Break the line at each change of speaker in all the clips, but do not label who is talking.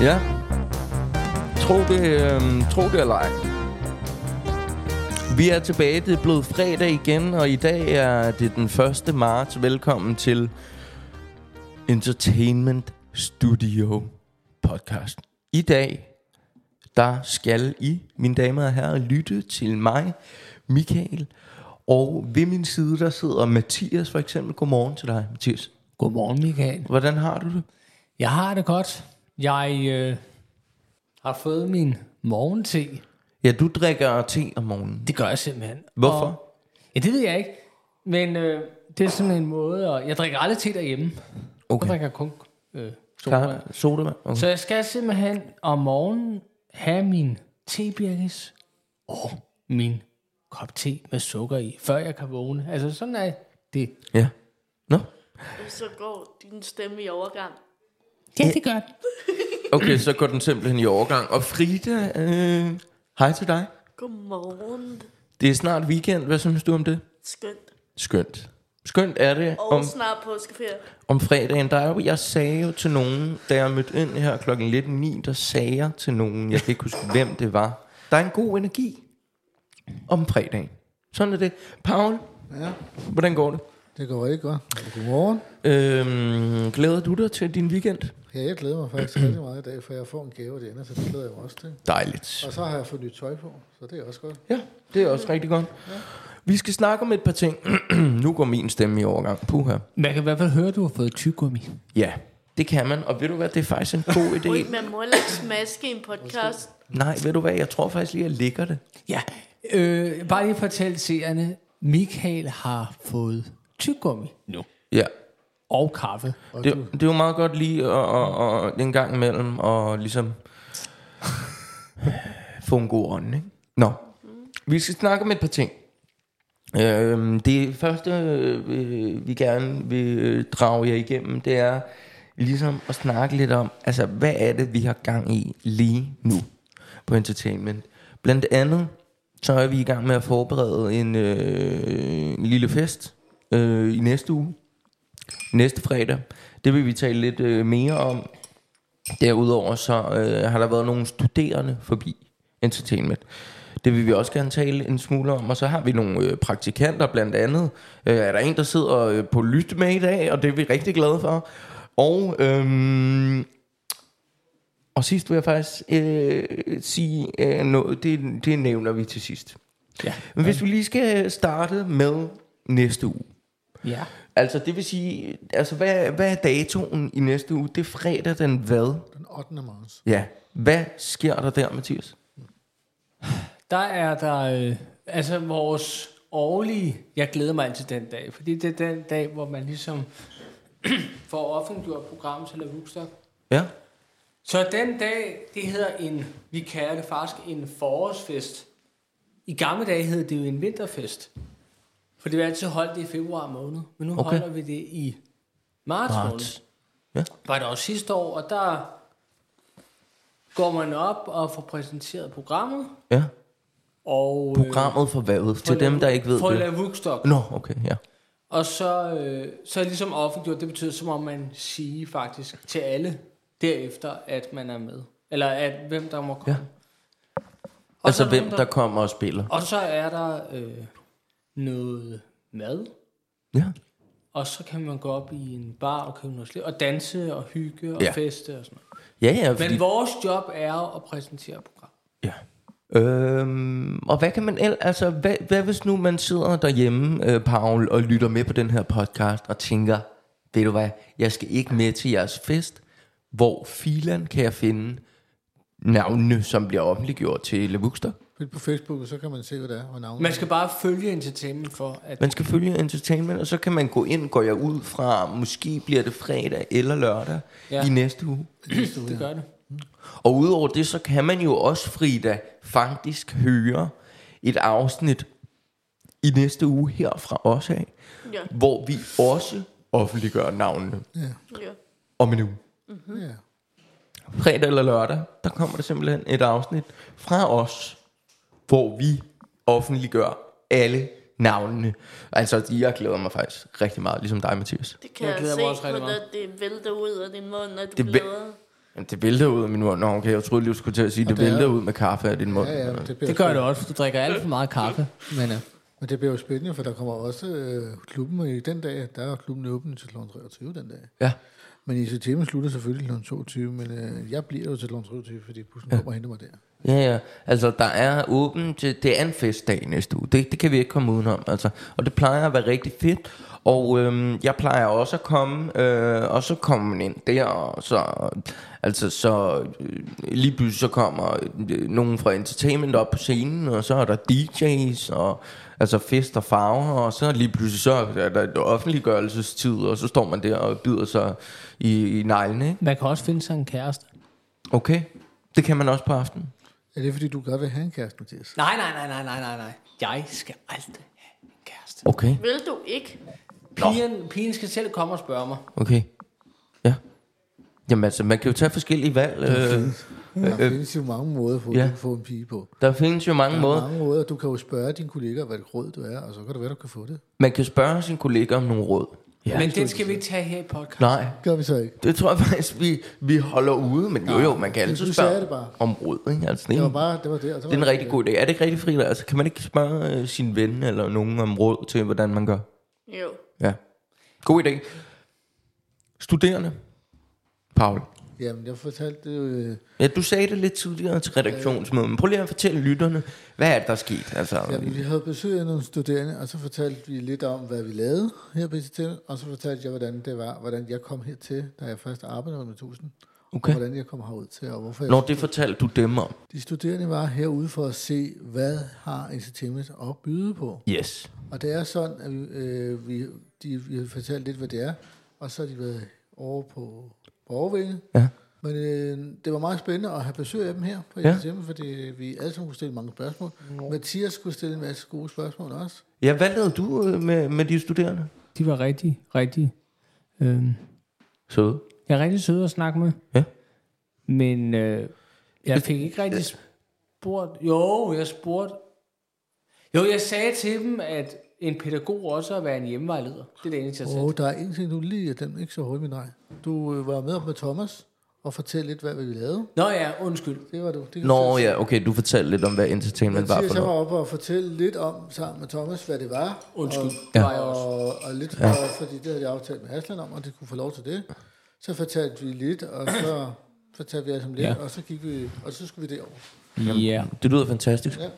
Ja. Tro det, øhm, tro det eller ej. Vi er tilbage. Det er blevet fredag igen, og i dag er det den 1. marts. Velkommen til Entertainment Studio podcast. I dag, der skal I, mine damer og herrer, lytte til mig, Michael. Og ved min side, der sidder Mathias for eksempel. Godmorgen til dig, Mathias.
Godmorgen, Michael.
Hvordan har du det?
Jeg har det godt. Jeg øh, har fået min morgente.
Ja, du drikker te om morgenen.
Det gør jeg simpelthen.
Hvorfor?
Og, ja, det ved jeg ikke. Men øh, det er sådan en måde, og jeg drikker aldrig te derhjemme.
Okay.
Jeg drikker kun øh, soda.
Klar, sodavand. Okay.
Så jeg skal simpelthen om morgenen have min tebirkes og min kop te med sukker i, før jeg kan vågne. Altså sådan er det.
Ja. Nå.
Så går din stemme i overgang.
Ja, det gør det.
Okay, så går den simpelthen i overgang. Og Frida, øh, hej til dig.
Godmorgen.
Det er snart weekend. Hvad synes du om det?
Skønt.
Skønt. Skønt er det
Og
om,
snart påskeferie.
om fredagen. Der er jo, jeg sagde jo til nogen, da jeg mødte ind her klokken lidt 9, der sagde jeg til nogen, jeg kan ikke huske, hvem det var. Der er en god energi om fredagen. Sådan er det. Paul,
Ja,
hvordan går det?
det går rigtig godt. Godmorgen.
Øhm, glæder du dig til din weekend?
Ja, jeg glæder mig faktisk rigtig meget i dag, for jeg får en gave i det andet, så det glæder jeg mig også til.
Dejligt.
Og så har jeg fået nyt tøj på, så det er også godt.
Ja, det er også rigtig godt. Vi skal snakke om et par ting. nu går min stemme i overgang. Puha.
Man kan i hvert fald høre, at du har fået tyggegummi.
Ja, det kan man. Og ved du hvad, det er faktisk en god
Ui,
idé.
man må heller ikke smaske i en podcast.
Nej, ved du hvad, jeg tror faktisk lige, at jeg ligger det.
Ja, øh, bare lige fortæl seerne, Michael har fået tyggegummi nu.
Ja,
Og kaffe.
det, det er jo meget godt lige at, at, at, en gang imellem og ligesom få en god ånd, ikke? Nå, vi skal snakke om et par ting. Øhm, det første, øh, vi gerne vil øh, drage jer igennem, det er ligesom at snakke lidt om, altså hvad er det, vi har gang i lige nu på entertainment. Blandt andet, så er vi i gang med at forberede en, øh, en lille fest øh, i næste uge, næste fredag. Det vil vi tale lidt øh, mere om. Derudover så øh, har der været nogle studerende forbi entertainment. Det vil vi også gerne tale en smule om, og så har vi nogle øh, praktikanter blandt andet. Øh, er der en, der sidder øh, på lyt med i dag, og det er vi rigtig glade for. Og, øhm, og sidst vil jeg faktisk øh, sige øh, noget, det, det nævner vi til sidst.
Ja.
Men hvis vi lige skal starte med næste uge.
ja.
Altså det vil sige, altså hvad, hvad er datoen i næste uge? Det er fredag den hvad?
Den 8. marts.
Ja. Hvad sker der der, Mathias?
Der er der, øh, altså vores årlige, jeg glæder mig altid den dag, fordi det er den dag, hvor man ligesom får offentliggjort programmet til Woodstock.
Ja.
Så den dag, det hedder en, vi kalder det faktisk en forårsfest. I gamle dage hed det jo en vinterfest. For det var altid holdt det i februar måned, men nu
Okay.
okay. holder vi det i marts,
Marts.
måned.
Ja.
Var det også sidste år, og der går man op og får præsenteret programmet.
Ja.
Og, øh,
Programmet for hvad? Til dem, der ikke ved
for
det.
det.
Nå, okay, ja.
Og så, øh, så er det ligesom offentliggjort, det betyder, så må man sige faktisk til alle derefter, at man er med. Eller at hvem der må komme.
Ja.
Og så
Altså
er der
hvem,
nogen,
der kommer og spiller.
Og så er der øh, noget mad,
Ja.
og så kan man gå op i en bar og købe noget slik, og danse og hygge og
Ja.
ja. feste og sådan noget.
Ja, ja.
Men
Fordi,
vores job er at præsentere program.
ja. Øhm, og hvad kan man el- altså hvad, hvad hvis nu man sidder derhjemme, øh, Paul, og lytter med på den her podcast og tænker, ved du hvad, jeg skal ikke med til jeres fest, hvor filen kan jeg finde navnene, som bliver offentliggjort til Levuxter?
Følg på Facebook, så kan man se, hvad der er, og navnet.
Man skal bare følge entertainment for, at
Man skal følge entertainment, og så kan man gå ind, går jeg ud fra, måske bliver det fredag eller lørdag ja.
Ja.
i næste uge.
det gør det.
Og udover det, så kan man jo også, Frida, faktisk høre et afsnit i næste uge herfra også af,
Ja,
hvor vi også offentliggør navnene
Ja,
ja.
om en uge.
ja.
Fredag eller lørdag, der kommer der simpelthen et afsnit fra os, hvor vi offentliggør alle navnene. Altså, jeg glæder mig faktisk rigtig meget, ligesom dig, Mathias.
Det kan
Jeg
jeg,
glæder mig
se
også rigtig
på dig, det vælter ud af din mund, når du
Det væl-
glæder.
Jamen, det vælter ud af min mund. Nå, okay, jeg troede lige, du skulle til at sige, det,
det er-
vælter ud med kaffe af din mund.
Ja, ja, men det, bliver
Det
jo
gør det også, for du drikker alt for meget kaffe. Men uh,
spændende. Men det bliver jo spændende, for der kommer også øh, klubben i den dag. Der er klubben åbent til kl. 23 den dag.
ja.
Men ICTM slutter selvfølgelig kl. 22, men øh, jeg bliver jo til kl. 23, fordi bussen kommer og henter mig der.
Ja, ja. Altså, der er åben til... Det er en festdag næste uge. Det, det kan vi ikke komme udenom, altså. Og det plejer at være rigtig fedt. Og øhm, jeg plejer også at komme, øh, og så kommer man ind der, og så, altså, så øh, lige pludselig så kommer øh, nogen fra entertainment op på scenen, og så er der DJ's, og altså fest og farver, og så lige pludselig så er der et offentliggørelsestid, og så står man der og bider sig i, i neglene, ikke?
man kan også finde sig en kæreste.
Okay, det kan man også på aftenen.
Er det, fordi du godt vil have en kæreste, Mathias?
Nej, nej, nej, nej, nej, nej, nej. Jeg skal aldrig have en kæreste.
Okay,
Vil du ikke?
Pigen, pigen skal selv komme og spørge mig.
okay. Ja. Jamen altså, man kan jo tage forskellige valg. Øh,
Der findes jo mange måder, hvor
Ja.
ja. du kan få en pige på.
der findes jo mange
Der er
måder.
mange måder. Du kan jo spørge dine kolleger, hvad det råd du er, og så kan det være, du kan få det.
Man kan spørge sin kollega om nogle råd.
Ja, men den skal vi ikke tage her i podcast.
Nej,
Gør vi så ikke.
det tror jeg faktisk, vi, vi holder ude. Men jo, jo, man kan altid
du sagde
spørge
det bare.
om råd. Ikke? Altså, det,
Det
er
var
en,
bare, det var det. Og så
det er
var
en rigtig god idé. Er det ikke rigtig fri? Altså, kan man ikke spørge øh, sin ven eller nogen om råd til, hvordan man gør?
Jo.
Ja. God idé. Studerende. Paul.
Jamen, jeg fortalte det jo... øh,
Ja, du sagde det lidt tidligere til redaktionsmødet, men prøv lige at fortælle lytterne, hvad er det, der er sket? Altså,
Jamen, vi havde besøg af nogle studerende, og så fortalte vi lidt om, hvad vi lavede her på ICT, og så fortalte jeg, hvordan det var, hvordan jeg kom hertil, da jeg først arbejdede med 1000,
Okay.
og hvordan jeg kom herud til, og hvorfor jeg
Når det fortalte du dem om.
De studerende var herude for at se, hvad har Entertainment at byde på.
Yes.
Og det er sådan, at vi, øh, vi, de, vi har fortalt lidt, hvad det er, og så har de været over på Borgervinge.
Ja.
Men øh, det var meget spændende at have besøg af dem her på
Ja.
Entertainment, fordi vi alle sammen kunne stille mange spørgsmål. Mathias kunne stille en masse gode spørgsmål også.
Ja, hvad lavede du øh, med, med de studerende?
De var rigtig, rigtig... Øhm,
Søde.
jeg er rigtig sød at snakke med.
Ja.
Men øh, jeg fik ikke rigtig spurgt... Jo, jeg spurgte... Jo, jeg sagde til dem, at en pædagog også er at være en hjemmevejleder. Det er det eneste, jeg sagde.
Og der er en ting, du lige er den ikke så hurtigt, min drej. Du øh, var med op med Thomas og fortalte lidt, hvad vi lavede.
Nå ja, undskyld.
Det var du. Det kan du
Nå
selv
ja, okay, du fortalte lidt om, hvad entertainment var
Mathias
for
jeg var
noget.
oppe og fortælle lidt om, sammen med Thomas, hvad det var.
Undskyld.
Og,
Ja.
ja. og, og lidt for, ja. fordi det havde jeg aftalt med Aslan om, og det kunne få lov til det. Så fortalte vi lidt, og så fortalte vi os om lidt,
Ja.
ja. og så gik vi, og så skulle vi derover.
Ja.
Det lyder fantastisk.
Ja.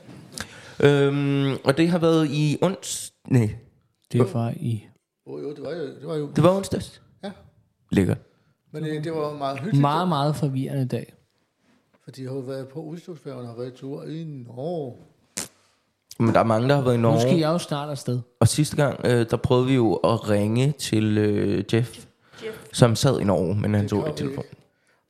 Øhm, og det har været i ons... Nej,
Det var i...
Oh, jo, det var jo, det var jo,
det var onsdags.
ja.
Lækkert.
Men øh, det var jo meget hyggeligt,
Meget, meget forvirrende dag.
fordi jeg har jo været på udstyrsfærgen og har været i tur i Norge.
Men der er mange, der har været i
Nu skal
Norge.
jeg jo snart afsted.
Og sidste gang, øh, der prøvede vi jo at ringe til øh, Jeff,
Jeff.
som sad i Norge, men han
Det
tog
kom
ikke telefonen.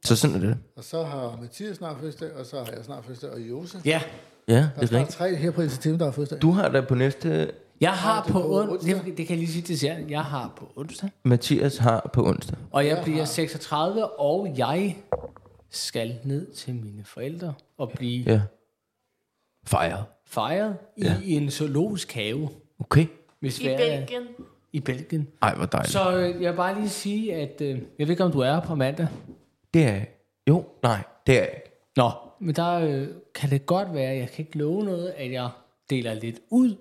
Så sådan er det.
Og så har Mathias snart fødselsdag, og så har jeg snart fødselsdag, og Jose.
Ja.
Ja,
Der
det
er
er
snart
rigtigt.
tre her på Institut, der har fødselsdag.
Du har da på næste...
Jeg har på
på
on...
onsdag.
det, det kan jeg lige sige til jer. Jeg har på onsdag.
Mathias har på onsdag.
Og jeg bliver 36, og jeg skal ned til mine forældre og blive
Ja. Fejret.
fejret i en zoologisk have
Okay.
med
I
Sverige,
Belgien.
I Belgien.
Ej, hvor dejligt.
Så øh, jeg vil bare lige sige, at øh, jeg ved ikke, om du er her på mandag.
Det er jeg ikke. Jo, nej, det er jeg ikke.
Nå, men der øh, kan det godt være, jeg kan ikke love noget, at jeg deler lidt ud.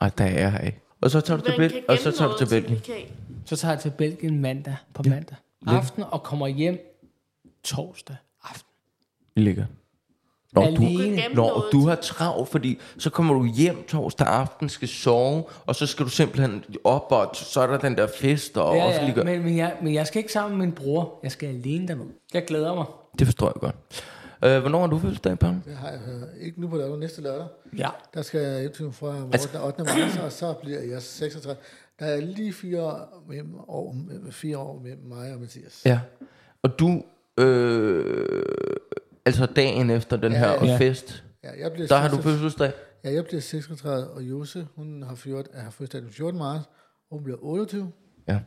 Ej, der er jeg ikke. Og så tager du til
Man kan
Belgien, og så
gemme
tager du til
noget, vi
Belgien.
kan.
Så tager jeg til Belgien mandag på mandag aften og kommer hjem torsdag aften.
Ligger. Nå, du,
Alene.
Gemme
når
noget
du har travlt, fordi så kommer du hjem torsdag aften, skal sove, og så skal du simpelthen op, og t- så er der den der fest, og ja,
Ja, ja,
offentliggør.
men, men, jeg, men jeg skal ikke sammen med min bror. Jeg skal alene dernede. Jeg glæder mig.
Det forstår jeg godt. Øh, hvornår har du fødselsdag, Paul?
Det har jeg øh, ikke nu på lørdag, næste lørdag.
Ja.
Der skal jeg hjem til min far om
Altså-
8. 8. marts, og så bliver jeg 36. Der er lige fire år mellem, år, fire år mellem mig og Mathias.
Ja. Og du, øh, altså dagen efter den her
ja.
Ja.
fest,
Ja, jeg bliver,
der har du
36
fødselsdag.
ja, jeg bliver 36, og Jose, hun har, 14, har fødselsdag den 14. marts, og hun bliver 28.
Ja.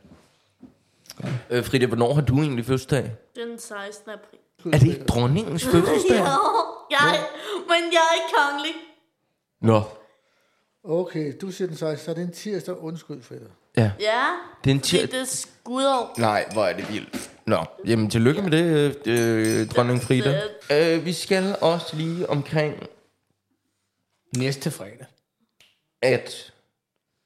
Øh, Frida, hvornår har du egentlig fødselsdag?
Den 16. april.
Er det ikke dronningens fødselsdag?
Jo, jeg, men jeg er ikke kongelig.
Nå,
Okay, du siger den 16, så er det en tirsdag, undskyld for dig.
ja.
Ja,
Det er en
fordi
tir-
det er skudår.
Nej, hvor er det vildt. Nå, jamen tillykke med det, øh, dronning Frida. Øh, vi skal også lige omkring,
Næste fredag.
at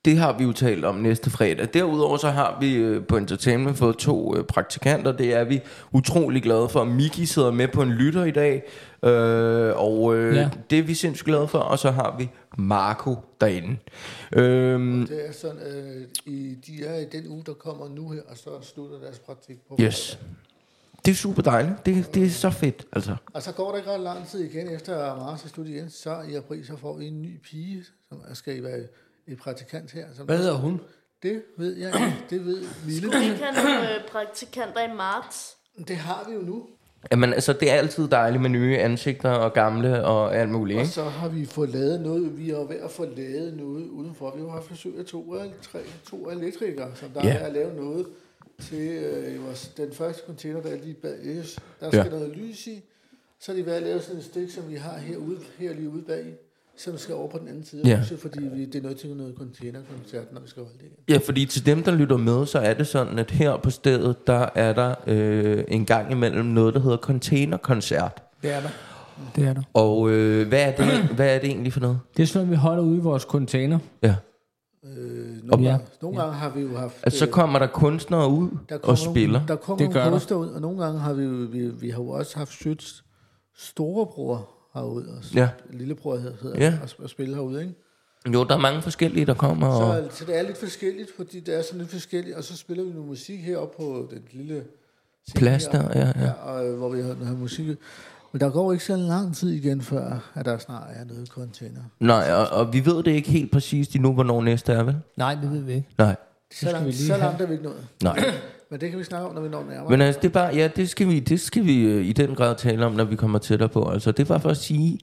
det har vi jo talt om næste fredag. Derudover så har vi øh, på Entertainment fået to øh, praktikanter. Det er vi utrolig glade for. Miki sidder med på en lytter i dag, øh, og øh, ja.
Ja.
det er vi sindssygt glade for. Og så har vi Marco derinde. Øh,
Det er sådan, at i, de er i den uge, der kommer nu her, og så slutter deres praktik på
yes. Det er super dejligt. Det, det er så fedt, altså.
Og så går der ikke ret lang tid igen, efter at marts er slut igen, så i april, så får vi en ny pige, som er- skal være i praktikant her. Som
Hvad hedder hun?
Det ved jeg ikke. Det ved Mille.
Vi kan have øh, praktikanter i marts.
Det har vi jo nu.
Jamen, altså, det er altid dejligt med nye ansigter og gamle og alt muligt,
Og
ikke?
så har vi fået lavet noget. Vi er jo ved at få lavet noget udenfor. Vi har jo haft besøg af to, el- tre, to elektrikere, som der
Ja.
yeah. er ved at lave noget til øh, i vores, den første container, der er lige bag os. Der
Ja.
skal noget lys i. Så er de ved at lave sådan et stik, som vi har herude, her lige ude bag, som skal over på den anden side af
Ja.
huset, fordi vi, det er noget til noget containerkoncert, når vi skal holde det.
Ja, fordi til dem, der lytter med, så er det sådan, at her på stedet, der er der øh, en gang imellem noget, der hedder containerkoncert.
Det er der. Det er der.
Og øh, hvad, er det, hvad er det egentlig for noget?
Det er sådan noget, vi holder ude i vores container.
Ja.
Øh, nogle,
Ja.
gange, nogle gange har vi jo haft...
Altså, så
øh,
kommer der kunstnere ud
Der kommer
og spiller.
Nogle, der kommer
Det
det
gør der.
nogle kunstnere ud, og nogle gange har vi, jo- vi, vi har jo også haft Søds storebror herude, og
Ja.
ja. lillebror hedder
Ja.
ja. og, og spille herude, ikke?
Jo, der er mange forskellige, der kommer. Og,
Så, så det er lidt forskelligt, fordi det er sådan lidt forskelligt, og så spiller vi noget musik heroppe på den lille scene
Plads
heroppe.
der, ja, ja.
og, øh, hvor vi har noget musik. Men der går ikke så lang tid igen, før at der snart er noget container.
nej, og, og vi ved det ikke helt præcist endnu, hvornår næste er, vel?
Nej, det ved vi ikke.
Nej,
Så
vi
langt,
lige
så
have.
langt er vi ikke nået.
nej.
Men det kan vi snakke om, når vi når nærmere.
Men altså, det er bare, ja, det skal vi, det skal vi øh, i den grad tale om, når vi kommer tættere på. Altså, det er bare for at sige,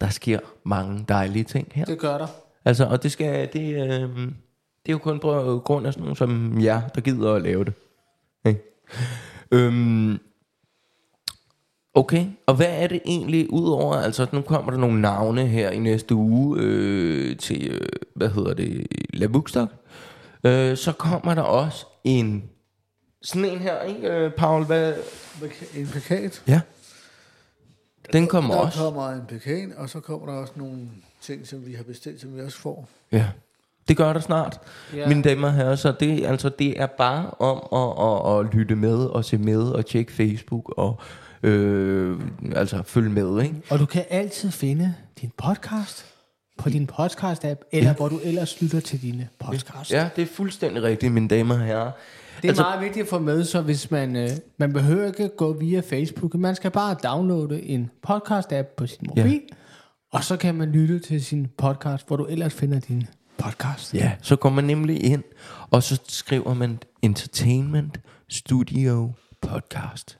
der sker mange dejlige ting her.
Det gør der.
Altså, og det skal, det, øh, det er jo kun på grund af sådan nogen som jer, der gider at lave det. Ikke? Øhm, okay, og hvad er det egentlig udover, altså nu kommer der nogle navne her i næste uge øh, til, øh, hvad hedder det, La Bookstock. Øh, så kommer der også en, sådan en her, ikke, øh, Paul, hvad?
En plakat.
Ja. Den kommer
Der
også.
kommer en pekan, og så kommer der også nogle ting, som vi har bestilt, som vi også får.
Ja, det gør der snart, ja.
Ja.
mine damer og herrer. Så det, altså, det er bare om at, at, at lytte med og se med og tjekke Facebook og øh, altså følge med, ikke?
Og du kan altid finde din podcast på din podcast-app, eller ja. hvor du ellers lytter til dine podcasts.
Ja, det er fuldstændig rigtigt, mine damer og herrer.
Det er altså, meget vigtigt at få med, så hvis man, øh, man behøver ikke gå via Facebook, man skal bare downloade en podcast-app på sin mobil, ja. og så kan man lytte til sin podcast, hvor du ellers finder din podcast.
Ja, så går man nemlig ind, og så skriver man Entertainment Studio Podcast.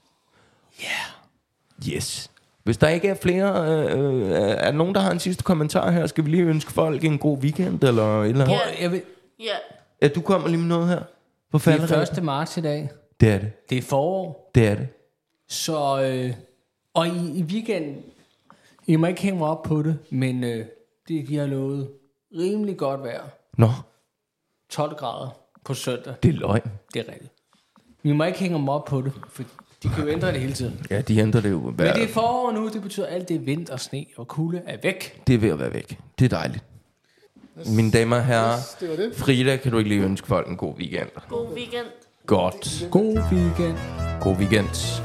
Yeah. Yes. Hvis der ikke er flere, øh, øh, er der nogen, der har en sidste kommentar her? Skal vi lige ønske folk en god weekend, eller et eller andet?
Prøv, jeg ved,
Ja.
Ja, du kommer lige med noget her. På
det
falderæbet.
er 1. marts i dag,
Det er det.
det er forår,
Det er det.
Så, øh, og i, i weekenden, I må ikke hænge mig op på det, men øh, det, de har lovet rimelig godt vejr.
Nå,
12 grader på søndag,
det er løgn.
det er rigtigt. Vi må ikke hænge mig op på det, for de kan jo ændre det hele tiden. Men
Ja, de ændrer det jo. Hver,
det er forår nu, det betyder alt det vind og sne og kulde er væk.
det er ved at være væk. Det er dejligt. Mine damer og herrer,
Yes, det var det.
Frida, kan du ikke lige ønske folk en god weekend?
God weekend.
Godt.
God weekend.
God weekend.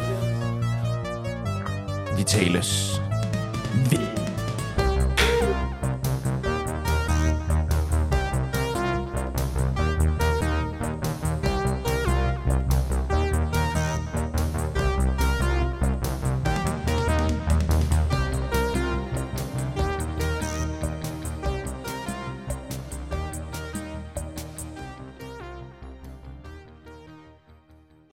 Vi tales. Ved.